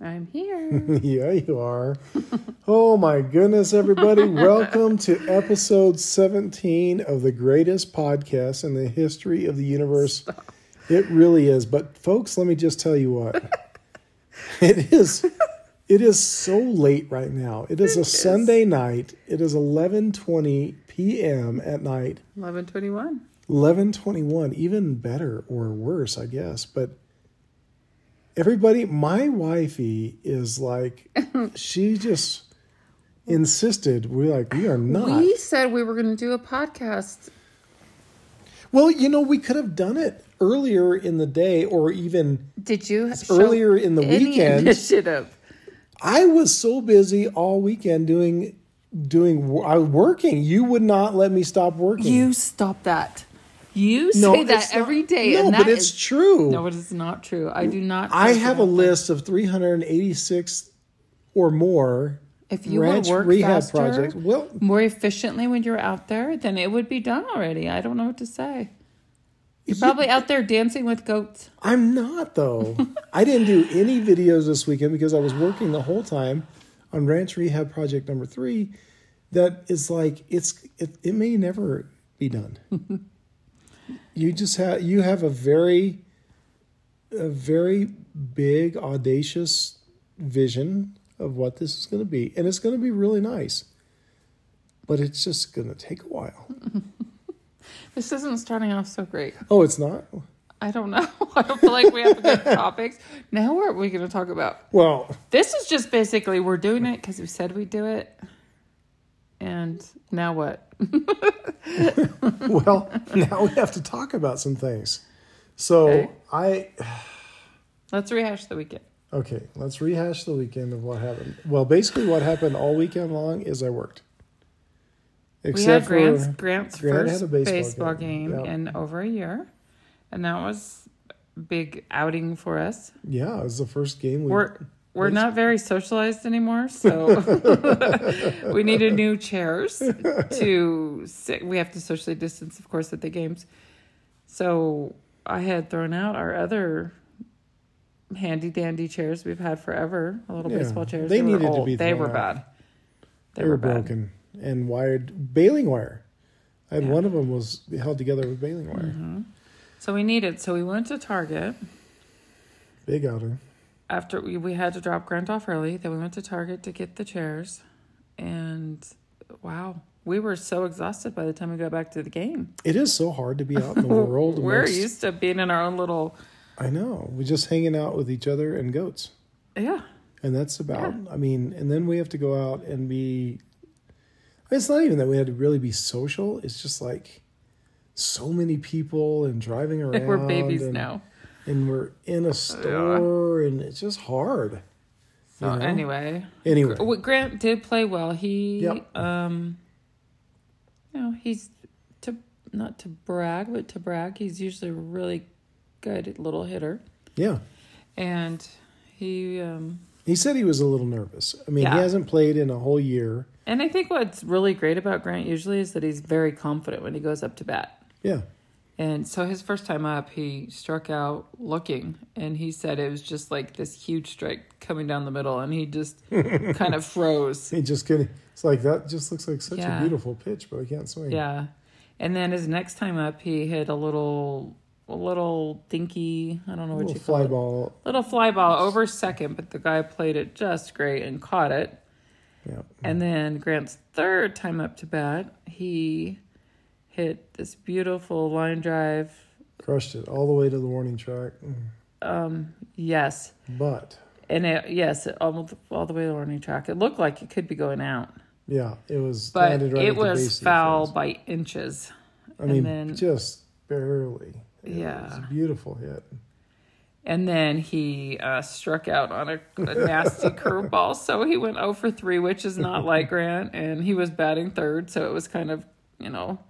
I'm here. yeah, you are. oh my goodness, everybody. Welcome to episode 17 of the greatest podcast in the history of the universe. It really is. But folks, let me just tell you what. it is it is so late right now. It is a is. Sunday night. It is 11:20 p.m. at night. 1121. 11:21, even better or worse, I guess, but everybody my wifey is like she just insisted we're like we are not We said we were going to do a podcast. well you know we could have done it earlier in the day or even Did you show earlier in the any weekend initiative? i was so busy all weekend doing doing wo- I working you would not let me stop working You stop that. You say that it's not- every day, no and that but it's is- true no, it is not true. I do not. I think have a that. list of 386 or more If you would ranch work rehab faster, projects. Well, more efficiently when you're out there, then it would be done already. I don't know what to say. You're probably out there dancing with goats. I'm not though. I didn't do any videos this weekend because I was working the whole time on ranch rehab project number 3 that is like it's it, it may never be done. you just have you have a very a very big audacious vision of what this is going to be and it's going to be really nice. But it's just going to take a while. This isn't starting off so great. Oh, it's not. I don't know. I don't feel like we have good topics. Now, what are we going to talk about? Well, This is just basically we're doing it because we said we'd do it. And now what? well, now we have to talk about some things. So Okay. I Let's rehash the weekend. okay, let's rehash the weekend of what happened. Well, basically, what happened all weekend long is I worked. We had Grant's, for Grant's Grant had first a baseball, baseball game, game. Yeah. in over a year. And that was a big outing for us. yeah, it was the first game we We're we're not very socialized anymore, so we needed new chairs to sit. We have to socially distance, of course, at the games. So I had thrown out our other handy dandy chairs we've had forever, little Yeah, baseball chairs. they were needed to old. be They thrown were out. bad. They, they were, were bad. broken and wired bailing wire. I had Yeah. Mm-hmm. one of them was held together with bailing wire. So we needed. So we went to Target Big outing. after we, we had to drop Grant off early. Then we went to Target to get the chairs, and wow, we were so exhausted by the time we got back to the game. It is so hard to be out in the world. We're amongst- used to being in our own little. I know. We're just hanging out with each other and goats. Yeah, And that's about, I mean, and then we have to go out and be, it's not even that we had to really be social. It's just like so many people and driving around. we're babies and, now. And we're in a store and it's just hard. So you know? anyway, Anyway, Well, Grant did play well. He, Yep. um, you know, he's to not to brag, but to brag, he's usually a really good little hitter, yeah. and he, um, He said he was a little nervous. I mean, Yeah. he hasn't played in a whole year. and I think what's really great about Grant usually is that he's very confident when he goes up to bat. Yeah. And so his first time up, he struck out looking, and he said it was just like this huge strike coming down the middle, and he just kind of froze. He just couldn't, it's like that just looks like such Yeah. a beautiful pitch, but I can't swing. Yeah, and then his next time up, he hit a little, a little dinky. I don't know what Little you call fly it. ball. Little fly ball over second, but the guy played it just great and caught it. Yeah. And then Grant's third time up to bat, he hit this beautiful line drive. Crushed it all the way to the warning track. Mm. Yes, But and it yes, it almost all the way to the warning track. It looked like it could be going out, Yeah, it was. but landed right at it the base was of the foul fence. by inches. I mean, then- just barely. It was Yeah. a beautiful hit. And then he uh, struck out on a, a nasty curveball. So he went 0 for 3, which is not like Grant. And he was batting third. So it was kind of, you know,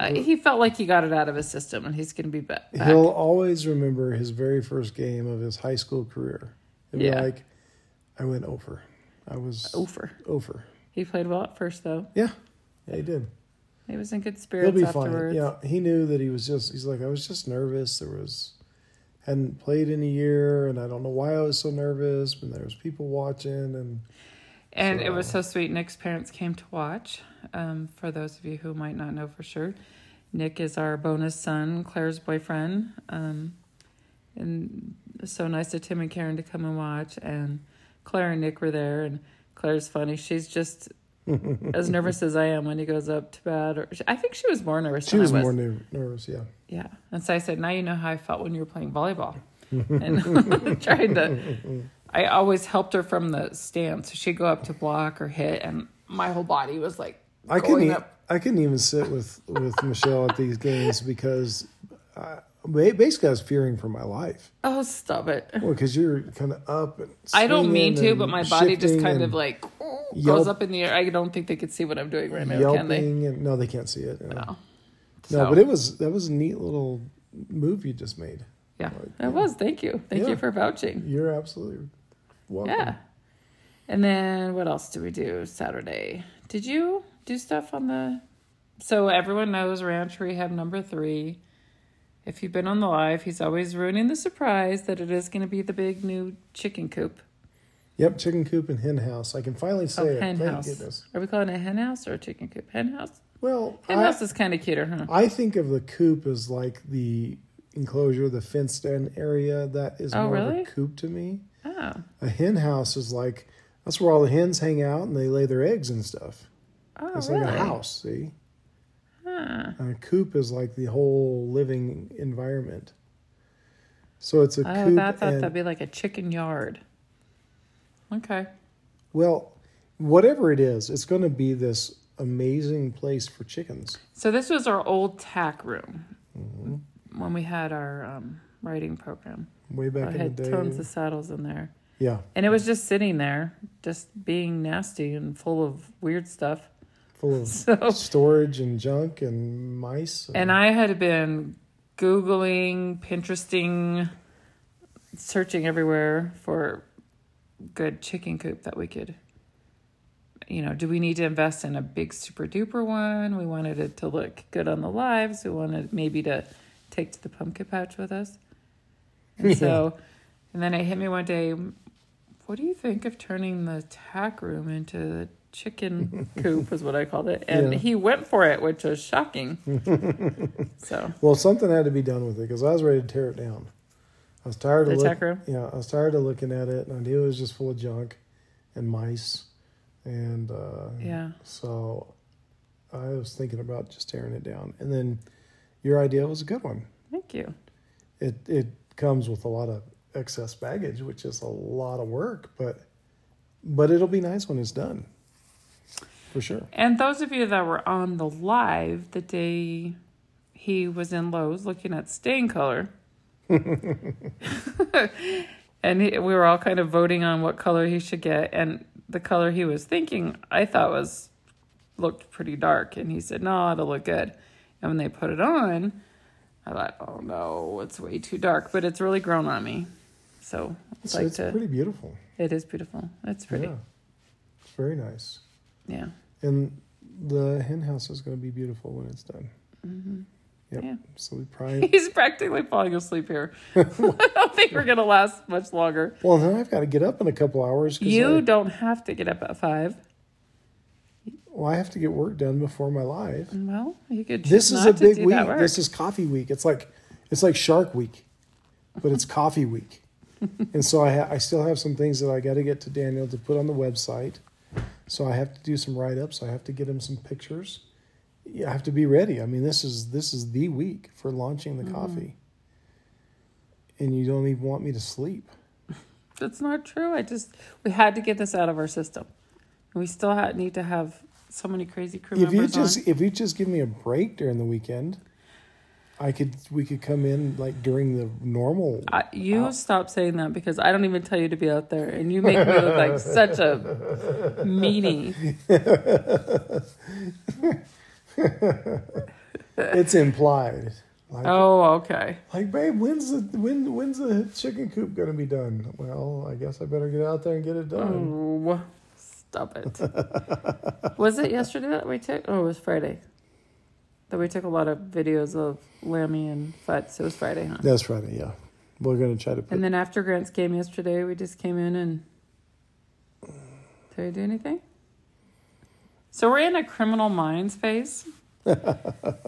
uh, he felt like he got it out of his system and he's going to be ba- back. He'll always remember his very first game of his high school career. It'd Yeah. be like, I went over. I was over. over. He played well at first, though. Yeah, yeah, he did. He was in good He'll spirits be fine. afterwards. Yeah, he knew that he was just. He's like, I was just nervous. There was hadn't played in a year, and I don't know why I was so nervous. But there was people watching, and And it was so sweet. Nick's parents came to watch. Um, for those of you who might not know for sure, Nick is our bonus son, Claire's boyfriend. Um, and so nice of Tim and Karen to come and watch. And Claire and Nick were there. And Claire's funny. She's just as nervous as I am when he goes up to bat. Or I think she was more nervous. she than I was more ner- nervous. Yeah, yeah. And so I said, now you know how I felt when you were playing volleyball. and tried to, I always helped her from the stance. So she'd go up to block or hit, and my whole body was like I couldn't. going e- up. I couldn't even sit with with Michelle at these games because I, ba- basically I was fearing for my life. Oh, stop it. Well, because you're kind of up. And I don't mean swinging to, and but my body just shifting kind and of like goes yelp- up in the air. I don't think they could see what I'm doing right now, can they? Oh, yelping and no, they can't see it. No, So, no but it was that was a neat little move you just made. yeah, it was. Thank you. Thank Yeah. you for vouching. You're absolutely welcome. Yeah. And then what else did we do Saturday? Did you do stuff on the. So everyone knows Ranch Rehab number three. If you've been on the live, he's always ruining the surprise that it is going to be the big new chicken coop. Yep, chicken coop and hen house. I can finally say Oh, it. hen Thank house. goodness. Are we calling it hen house or a chicken coop? Hen house? Well, Hen I, house is kind of cuter, huh? I think of the coop as like the enclosure, the fenced in area that is Oh, more really? of a coop to me. Oh. A hen house is like that's where all the hens hang out and they lay their eggs and stuff. Oh, it's really? like a house, see? Huh. And a coop is like the whole living environment. So it's a Oh, coop. I thought and, that'd be like a chicken yard. Okay. Well, whatever it is, it's going to be this amazing place for chickens. So this was our old tack room when we had our um, writing program. Way Mm-hmm. back I in Oh, had the day. tons of saddles in there, yeah, and it was just sitting there, just being nasty and full of weird stuff. full of So, storage and junk and mice. Oh. and I had been googling, Pinteresting, searching everywhere for good chicken coop that we could. You know, do we need to invest in a big super duper one? We wanted it to look good on the lives. We wanted maybe to take to the pumpkin patch with us. And so, and then it hit me one day. What do you think of turning the tack room into the chicken coop? Is what I called it, and Yeah. he went for it, which was shocking. so, well, something had to be done with it because I was ready to tear it down. I was tired The of tack room? Yeah, I was tired of looking at it, and I knew it was just full of junk and mice. And uh, yeah, so I was thinking about just tearing it down. And then your idea was a good one. thank you. It it comes with a lot of excess baggage, which is a lot of work, but but it'll be nice when it's done. For sure. And those of you that were on the live the day he was in Lowe's looking at stain color, and he, we were all kind of voting on what color he should get, and the color he was thinking I thought was looked pretty dark, and he said, "No, it'll look good." And when they put it on, I thought, "Oh no, it's way too dark," but it's really grown on me. So I'd It's, like it's to. pretty beautiful. It is beautiful. It's pretty. Yeah. It's very nice. yeah. And the hen house is going to be beautiful when it's done. Yep. Yeah. So we probably. He's practically falling asleep here. I don't think we're gonna last much longer. well, then I've got to get up in a couple hours. 'cause You I, don't have to get up at five. well, I have to get work done before my live. Well, you could. Choose This is not a big to do week. That work. This is coffee week. It's like it's like Shark Week, but it's coffee week. And so I ha- I still have some things that I got to get to Daniel to put on the website. So I have to do some write ups. I have to get him some pictures. Yeah, I have to be ready. I mean, this is this is the week for launching Mm-hmm. the coffee. And you don't even want me to sleep. That's not true. I just we had to get this out of our system. We still had, need to have so many crazy crew If you members just on. if you just give me a break during the weekend, I could we could come in like during the normal. I, you Oh. stop saying that because I don't even tell you to be out there, and you make me look like such a meanie. it's implied. Like, Oh, okay. Like, babe, when's the when when's the chicken coop gonna be done? Well, I guess I better get out there and get it done. Oh, stop it. was it yesterday that we took? Oh, it was Friday. That we took a lot of videos of Lammy and Futz. It was Friday, huh? That's Friday, yeah. We're gonna try to put And then after Grant's game yesterday, we just came in and did we do anything? So we're in a criminal minds phase.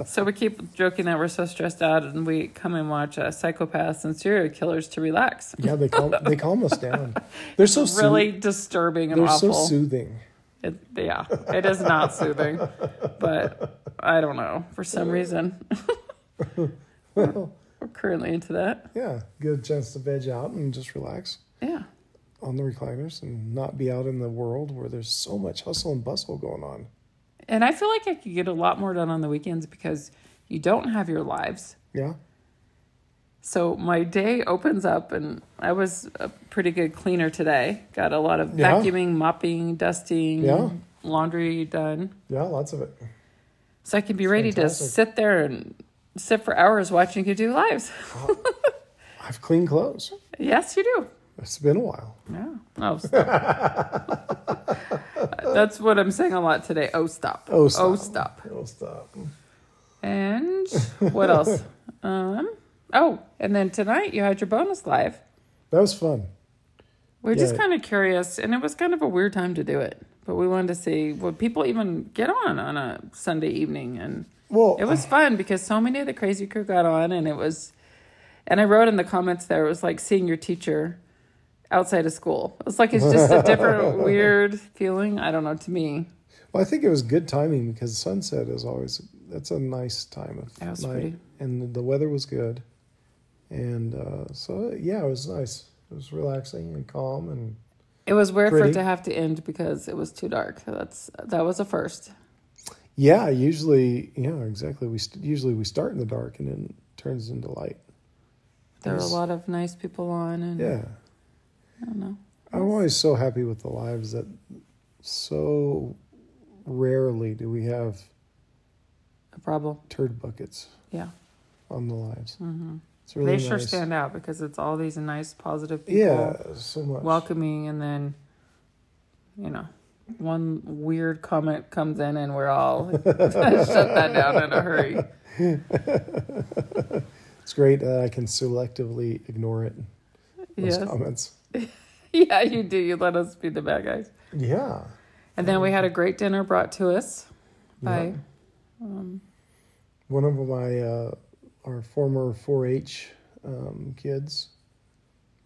so we keep joking that we're so stressed out, and we come and watch uh, psychopaths and serial killers to relax. yeah. They calm they calm us down. They're so soo- really disturbing and They're awful. so soothing. It, yeah, it is not soothing, but I don't know for some reason. Well, We're currently into that. yeah, get a chance to veg out and just relax Yeah, on the recliners and not be out in the world where there's so much hustle and bustle going on. and I feel like I could get a lot more done on the weekends because you don't have your lives. Yeah, So my day opens up, and I was a pretty good cleaner today. Got a lot of Yeah. vacuuming, mopping, dusting, Yeah. laundry done. yeah, lots of it. So I can be ready fantastic. to sit there and sit for hours watching you do lives. I've cleaned clothes. yes, you do. It's been a while. Yeah. Oh, stop. That's what I'm saying a lot today. Oh, stop. Oh, stop. Oh, stop. It'll stop. And what else? Um, oh, and then tonight you had your bonus live. That was fun. We're just Yeah. kind of curious, and it was kind of a weird time to do it, but we wanted to see what people even get on on a Sunday evening, and Well, it was fun because so many of the crazy crew got on, and it was, and I wrote in the comments there it was like seeing your teacher outside of school. It's like it's just a different weird feeling. I don't know to me. Well, I think it was good timing because sunset is always that's a nice time of That was night, pretty. and the weather was good, and uh, so yeah, it was nice. It was relaxing and calm, and It was weird for Pretty. it to have to end because it was too dark. That's that was a first. yeah, usually yeah, exactly. We st- usually we start in the dark and then it turns into light. There were a Yes. lot of nice people on, and Yeah, I don't know. I'm always so happy with the lives that so rarely do we have A problem. turd buckets Yeah. on the lives. hmm It's really they sure nice. stand out because it's all these nice, positive people, Yeah, so much. welcoming, and then, you know, one weird comment comes in and we're all shut that down in a hurry. It's great that I can selectively ignore it. Those Yes. comments. Yeah, you do. You let us be the bad guys. Yeah. And then we had a great dinner brought to us by, Yeah. um, One of my uh, our former 4-H um, kids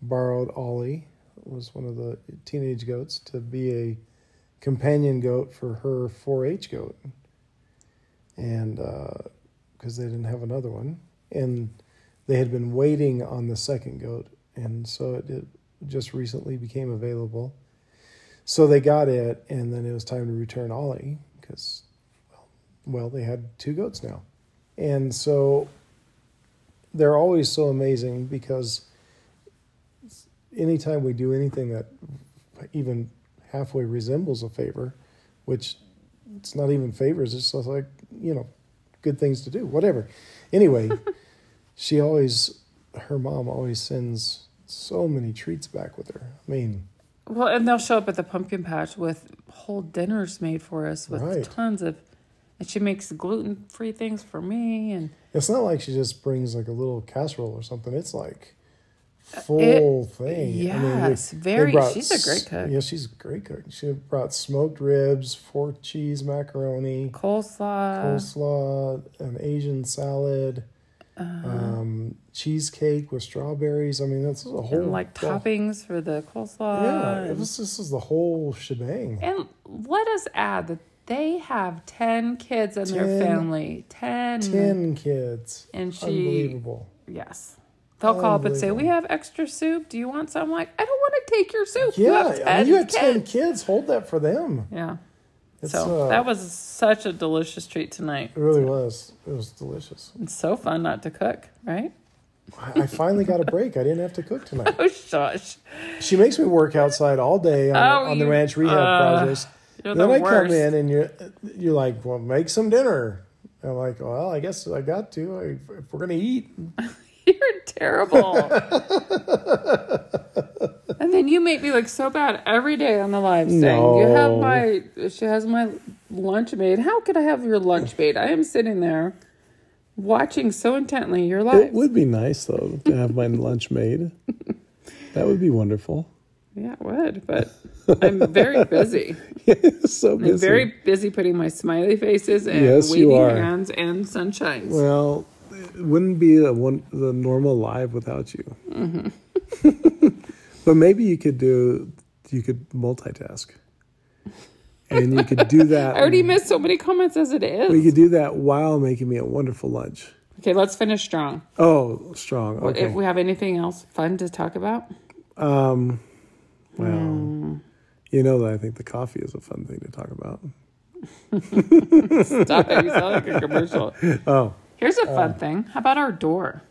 borrowed Ollie, was one of the teenage goats, to be a companion goat for her 4-H goat, and because they didn't have another one, and they had been waiting on the second goat, and so it, it just recently became available. So they got it, and then it was time to return Ollie because well, they had two goats now. And so they're always so amazing because anytime we do anything that even halfway resembles a favor, which it's not even favors, it's just like, you know, good things to do, whatever. Anyway, she always, her mom always sends so many treats back with her. I mean, well, and they'll show up at the pumpkin patch with whole dinners made for us with Right. tons of, and she makes gluten free things for me and It's not like she just brings like a little casserole or something. It's like full thing. they- yes, they very- brought she's a great s- cook. Yeah, she's a great cook. She brought smoked ribs, four cheese macaroni, coleslaw. coleslaw, an Asian salad, Uh-huh. um, cheesecake with strawberries. I mean, that's a whole and like the- toppings for the coleslaw. Yeah, it and- was, this is the whole shebang. and let us add that they have 10 kids in their 10. family. 10. Ten kids, And she, unbelievable. yes. They'll call up and say, We have extra soup. Do you want some? I'm like, I don't want to take your soup. you Yeah, have 10 I mean, you have ten kids. kids. Hold that for them. Yeah. It's, so uh, that was such a delicious treat tonight. It really was. It was delicious. It's so fun not to cook, right? I I finally got a break. I didn't have to cook tonight. Oh, shush. She makes me work outside all day on, Oh, on the you- ranch rehab uh, projects. You're then the I worst. come in and you're you're like, well, make some dinner. I'm like, well, I guess I got to. I, if we're gonna eat, You're terrible. and then you make me look so bad every day on the live saying you have No. my she has my lunch made. How could I have your lunch made? I am sitting there watching so intently your It life. would be nice though to have my lunch made. That would be wonderful. Yeah, it would, but I'm very busy. so I'm busy. very busy putting my smiley faces and Yes, you waving are. hands and sunshines. Well, it wouldn't be a one the normal live without you. Mm-hmm. but maybe you could do you could multitask, and you could do that. I already missed so many comments as it is. um, We could do that while making me a wonderful lunch. okay, let's finish strong. Oh, strong. Well, Okay. If we have anything else fun to talk about, Um, well, Mm. you know that I think the coffee is a fun thing to talk about. stop it. You sound like a commercial. Oh, Here's a fun thing. How about our door?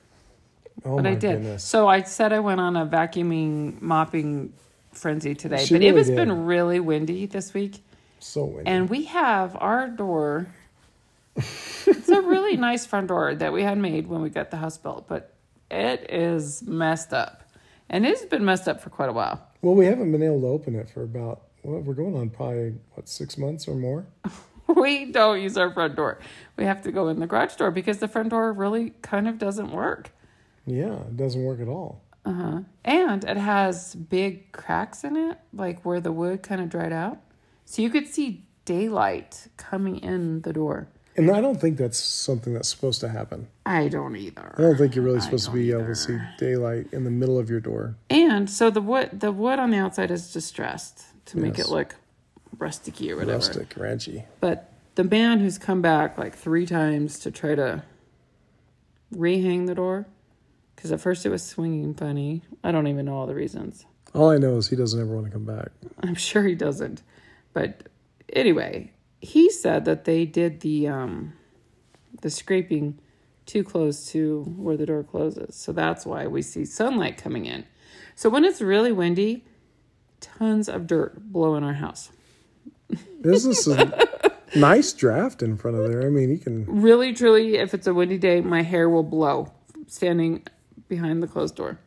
oh But my I did. goodness. So I said I went on a vacuuming, mopping frenzy today, She but it really has did. been really windy this week. So windy. And we have our door. it's a really nice front door that we had made when we got the house built, but it is messed up. And it's been messed up for quite a while. well, we haven't been able to open it for about well, we're going on probably what six months or more. We don't use our front door. We have to go in the garage door because the front door really kind of doesn't work. Yeah, it doesn't work at all. Uh-huh. And it has big cracks in it, like where the wood kind of dried out. So you could see daylight coming in the door. And I don't think that's something that's supposed to happen. I don't I either. don't think you're really supposed to be able to see daylight in the middle of your door. And so the wood the wood on the outside is distressed to make Yes. it look rustic or whatever. Rustic, ranchy. But the man who's come back like three times to try to rehang the door, because at first it was swinging funny. I don't even know all the reasons. All I know is he doesn't ever want to come back. I'm sure he doesn't. But anyway, he said that they did the um the scraping too close to where the door closes. So that's why we see sunlight coming in. So when it's really windy, tons of dirt blow in our house. This is a nice draft in front of there. I mean, you can. Really truly if it's a windy day, my hair will blow standing behind the closed door.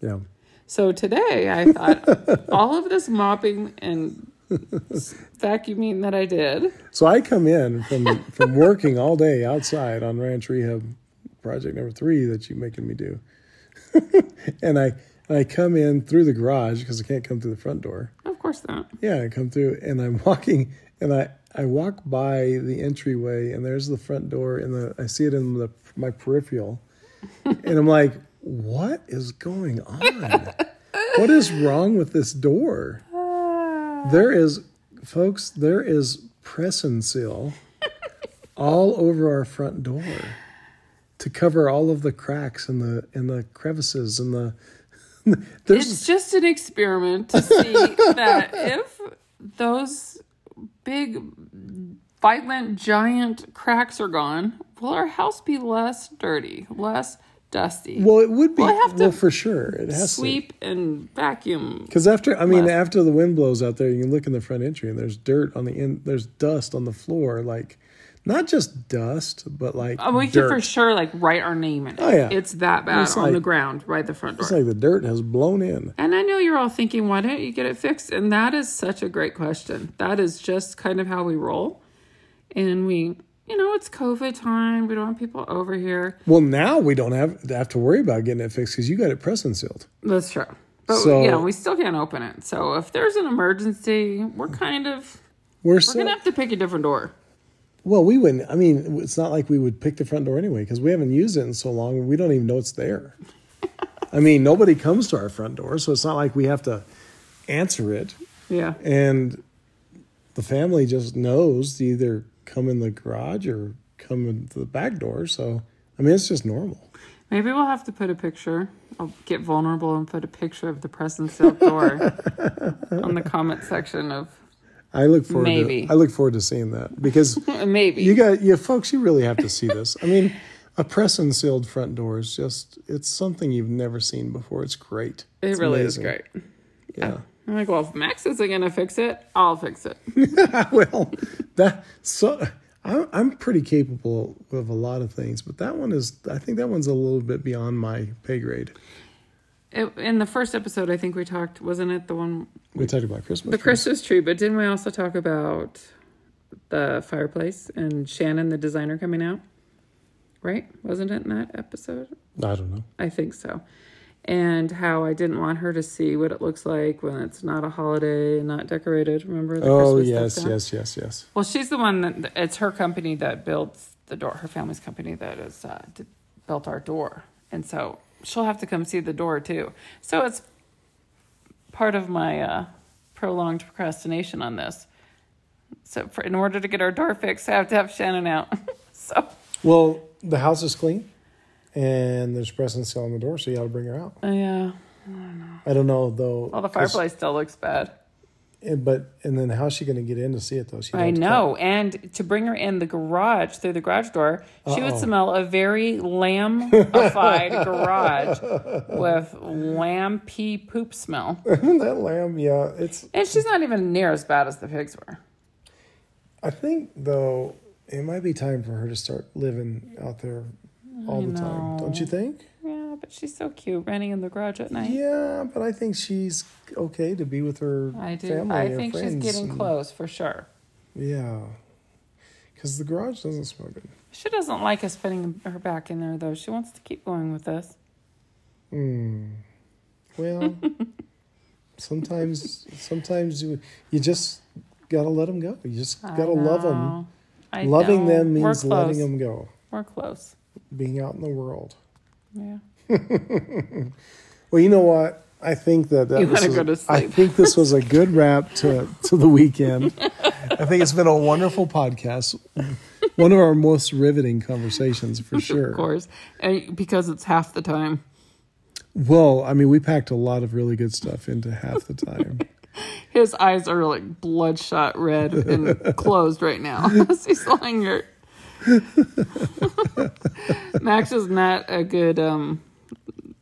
Yeah. So today I thought all of this mopping and vacuuming that I did So I come in from from working all day outside on Ranch Rehab project number three that you're making me do, and I and I come in through the garage because I can't come through the front door. of course not. Yeah, I come through and I'm walking and I I walk by the entryway and there's the front door and the I see it in the my peripheral, and I'm like, what is going on? what is wrong with this door? Ah. There is, folks, there is press and seal all over our front door to cover all of the cracks and the and the crevices and the. There's It's just an experiment to see that if those big, violent, giant cracks are gone, will our house be less dirty, less dusty? Well, it would be. Well, I have to well, for sure, it has to. Sweep and vacuum. Because after, I mean, Left. after the wind blows out there, you can look in the front entry and there's dirt on the end. There's dust on the floor, like not just dust, but like Oh, we dirt. could for sure like write our name in it. Oh, yeah. It's that bad It's on the like- ground by the front door. it's like the dirt has blown in. And I know you're all thinking, why don't you get it fixed? And that is such a great question. That is just kind of how we roll. And we, you know, it's COVID time. We don't want people over here. Well, now we don't have have to worry about getting it fixed because you got it press and sealed. That's true. But, So- you know, we still can't open it. So if there's an emergency, we're kind of, We're, we're so going to have to pick a different door. well, we wouldn't. I mean, it's not like we would pick the front door anyway because we haven't used it in so long and we don't even know it's there. I mean, nobody comes to our front door, so it's not like we have to answer it. Yeah. and the family just knows to either come in the garage or come in the back door. So I mean, it's just normal. Maybe we'll have to put a picture. I'll get vulnerable and put a picture of the press and seal door on the comment section of I look forward. Maybe. To, I look forward to seeing that because maybe. you got yeah, folks. You really have to see this. I mean, a press and sealed front door is just it's something you've never seen before. It's great. it It's really amazing. is great. Yeah. I'm like, well, if Max isn't going to fix it, I'll fix it. well, that so I'm I'm pretty capable of a lot of things, but that one is. I think that one's a little bit beyond my pay grade. it in the first episode, I think we talked, wasn't it the one, We talked about Christmas. the Christmas tree, but didn't we also talk about the fireplace and Shannon, the designer, coming out? right? Wasn't it in that episode? I don't know. I think so. And how I didn't want her to see what it looks like when it's not a holiday and not decorated. Remember the Oh Christmas yes, stuff? down? yes, yes, yes. Well, she's the one that it's her company that builds the door. Her family's company that is uh, d- built our door, and so she'll have to come see the door too. So it's part of my uh, prolonged procrastination on this. So, for, in order to get our door fixed, I have to have Shannon out. so Well, the house is clean, and there's presents still on the door, so you got to bring her out. yeah, I don't know though. well, the 'cause- fireplace still looks bad. And, but and then how's she going to get in to see it though? She I know. And to bring her in the garage through the garage door, she Uh-oh. would smell a very lambified garage with lamb pee poop smell. that lamb. Yeah, it's. And she's not even near as bad as the pigs were. I think though it might be time for her to start living out there all I the time. Don't you know. think? Yeah, but she's so cute running in the garage at night. Yeah, but I think she's okay to be with her I do. family. I or think she's friends getting and- close for sure. Yeah, because the garage doesn't smell good. She doesn't like us putting her back in there, though. She wants to keep going with us. Hmm. Well, sometimes, sometimes you you just gotta let them go. You just I gotta love them. know. I Loving know. them We're means letting close. them go. We're close. Being out in the world. Yeah. Well, you know what? I think that, that You this wanna was- go to I sleep. think this was a good wrap to to the weekend. I think it's been a wonderful podcast. One of our most riveting conversations for sure. Of course. And because it's half the time. Well, I mean, we packed a lot of really good stuff into half the time. His eyes are like bloodshot red and closed right now as he's lying here. Max is not a good um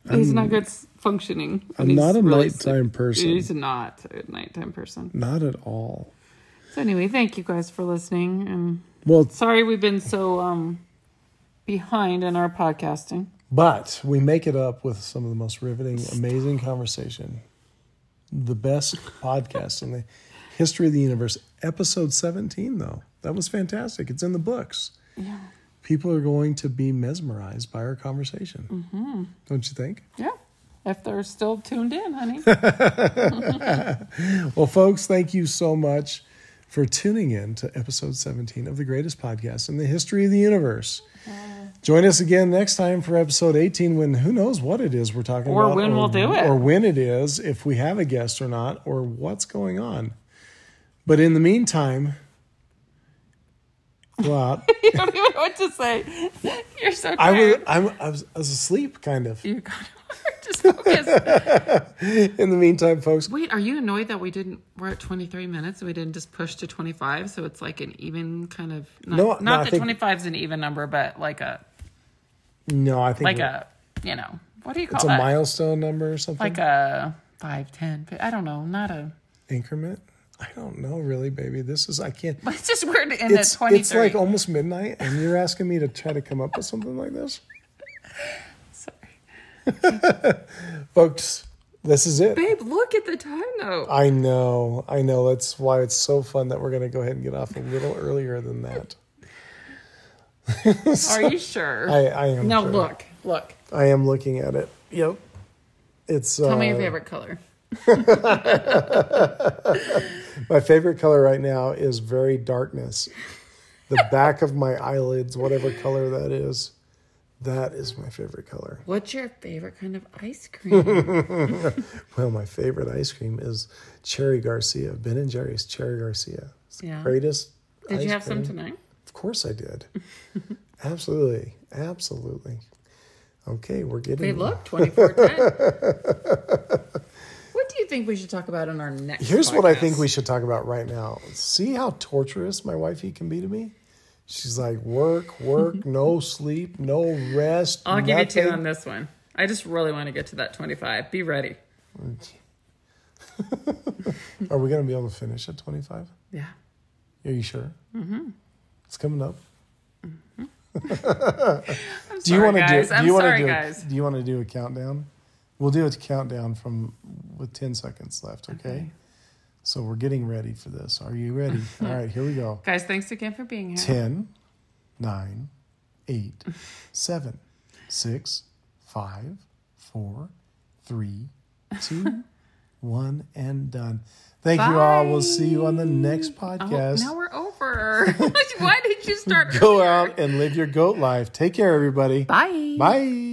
he's not good s- functioning. when I'm not he's a really nighttime sleep- person. He's not a nighttime person. Not at all. So anyway, thank you guys for listening and Well, sorry we've been so um behind in our podcasting. But we make it up with some of the most riveting, amazing conversation. The best podcast in the history of the universe. Episode 17, though. That was fantastic. It's in the books. Yeah. People are going to be mesmerized by our conversation. Don't you think? Yeah. If they're still tuned in, honey. Well, folks, thank you so much for tuning in to episode 17 of the greatest podcast in the history of the universe. Join us again next time for episode 18 when who knows what it is we're talking Or about. when we'll do it. Or when it is, if we have a guest or not, or what's going on. But in the meantime, go out. you don't even know what to say. You're so tired. I, was, I'm, I, was, I was asleep, kind of. You got to just focus. In the meantime, folks, Wait, are you annoyed that we didn't? We're at 23 minutes and we didn't just push to 25, so it's like an even kind of. Not, No, no, not I that think- 25 is an even number, but like a no, I think like we're- a you know what do you call it's a that? milestone number or something. Like a five, ten. I don't know. Not a. Increment? I don't know, really, baby. This is, I can't. But it's just weird in that it's, 23. it's like almost midnight and you're asking me to try to come up with something like this Sorry. folks this is it Babe, look at the time though. i know i know that's why it's so fun that we're going to go ahead and get off a little earlier than that Are you sure? i, I am now sure. look, look. i am looking at it yep it's Tell uh, me your favorite color. my favorite color right now is very darkness the back of my eyelids whatever color that is that is my favorite color What's your favorite kind of ice cream? Well, my favorite ice cream is Cherry Garcia. Ben and Jerry's Cherry Garcia. It's the Yeah. greatest. Did ice you have some cream. tonight? Of course I did. absolutely, absolutely. Okay, we're getting. They look 24 10. what do you think we should talk about in our next Here's what I podcast? think we should talk about right now. See how torturous my wifey can be to me. She's like work, work, no sleep, no rest. I'll give you two nothing. on this one. I just really want to get to that 25. Be ready. Are we going to be able to finish at 25? Yeah. Are you sure? Mm-hmm. It's coming up. Mm-hmm. I'm Do you sorry, want to do? guys. Do I'm you want to sorry, do? guys. Do you want to do a countdown? We'll do a countdown from with ten seconds left. Okay. So we're getting ready for this. Are you ready? All right. Here we go. Guys, thanks again for being here. Ten, nine, eight, seven, six, five, four, three, two, one, and done. Thank you all. We'll see you on the next podcast. Oh, now we're over. Why did you start? Go earlier? out and live your goat life. Take care, everybody. Bye. Bye.